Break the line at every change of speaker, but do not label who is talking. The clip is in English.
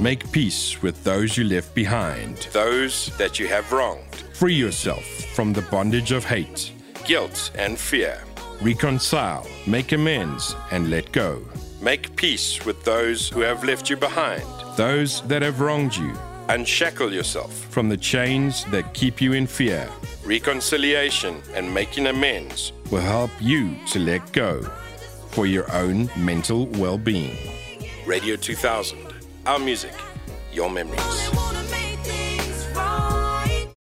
Make peace with those you left behind, those that you have wronged. Free yourself from the bondage of hate, guilt, and fear. Reconcile, make amends, and let go. Make peace with those who have left you behind, those that have wronged you. Unshackle yourself from the chains that keep you in fear. Reconciliation and making amends will help you to let go for your own mental well being. Radio 2000, our music, your memories.
wanna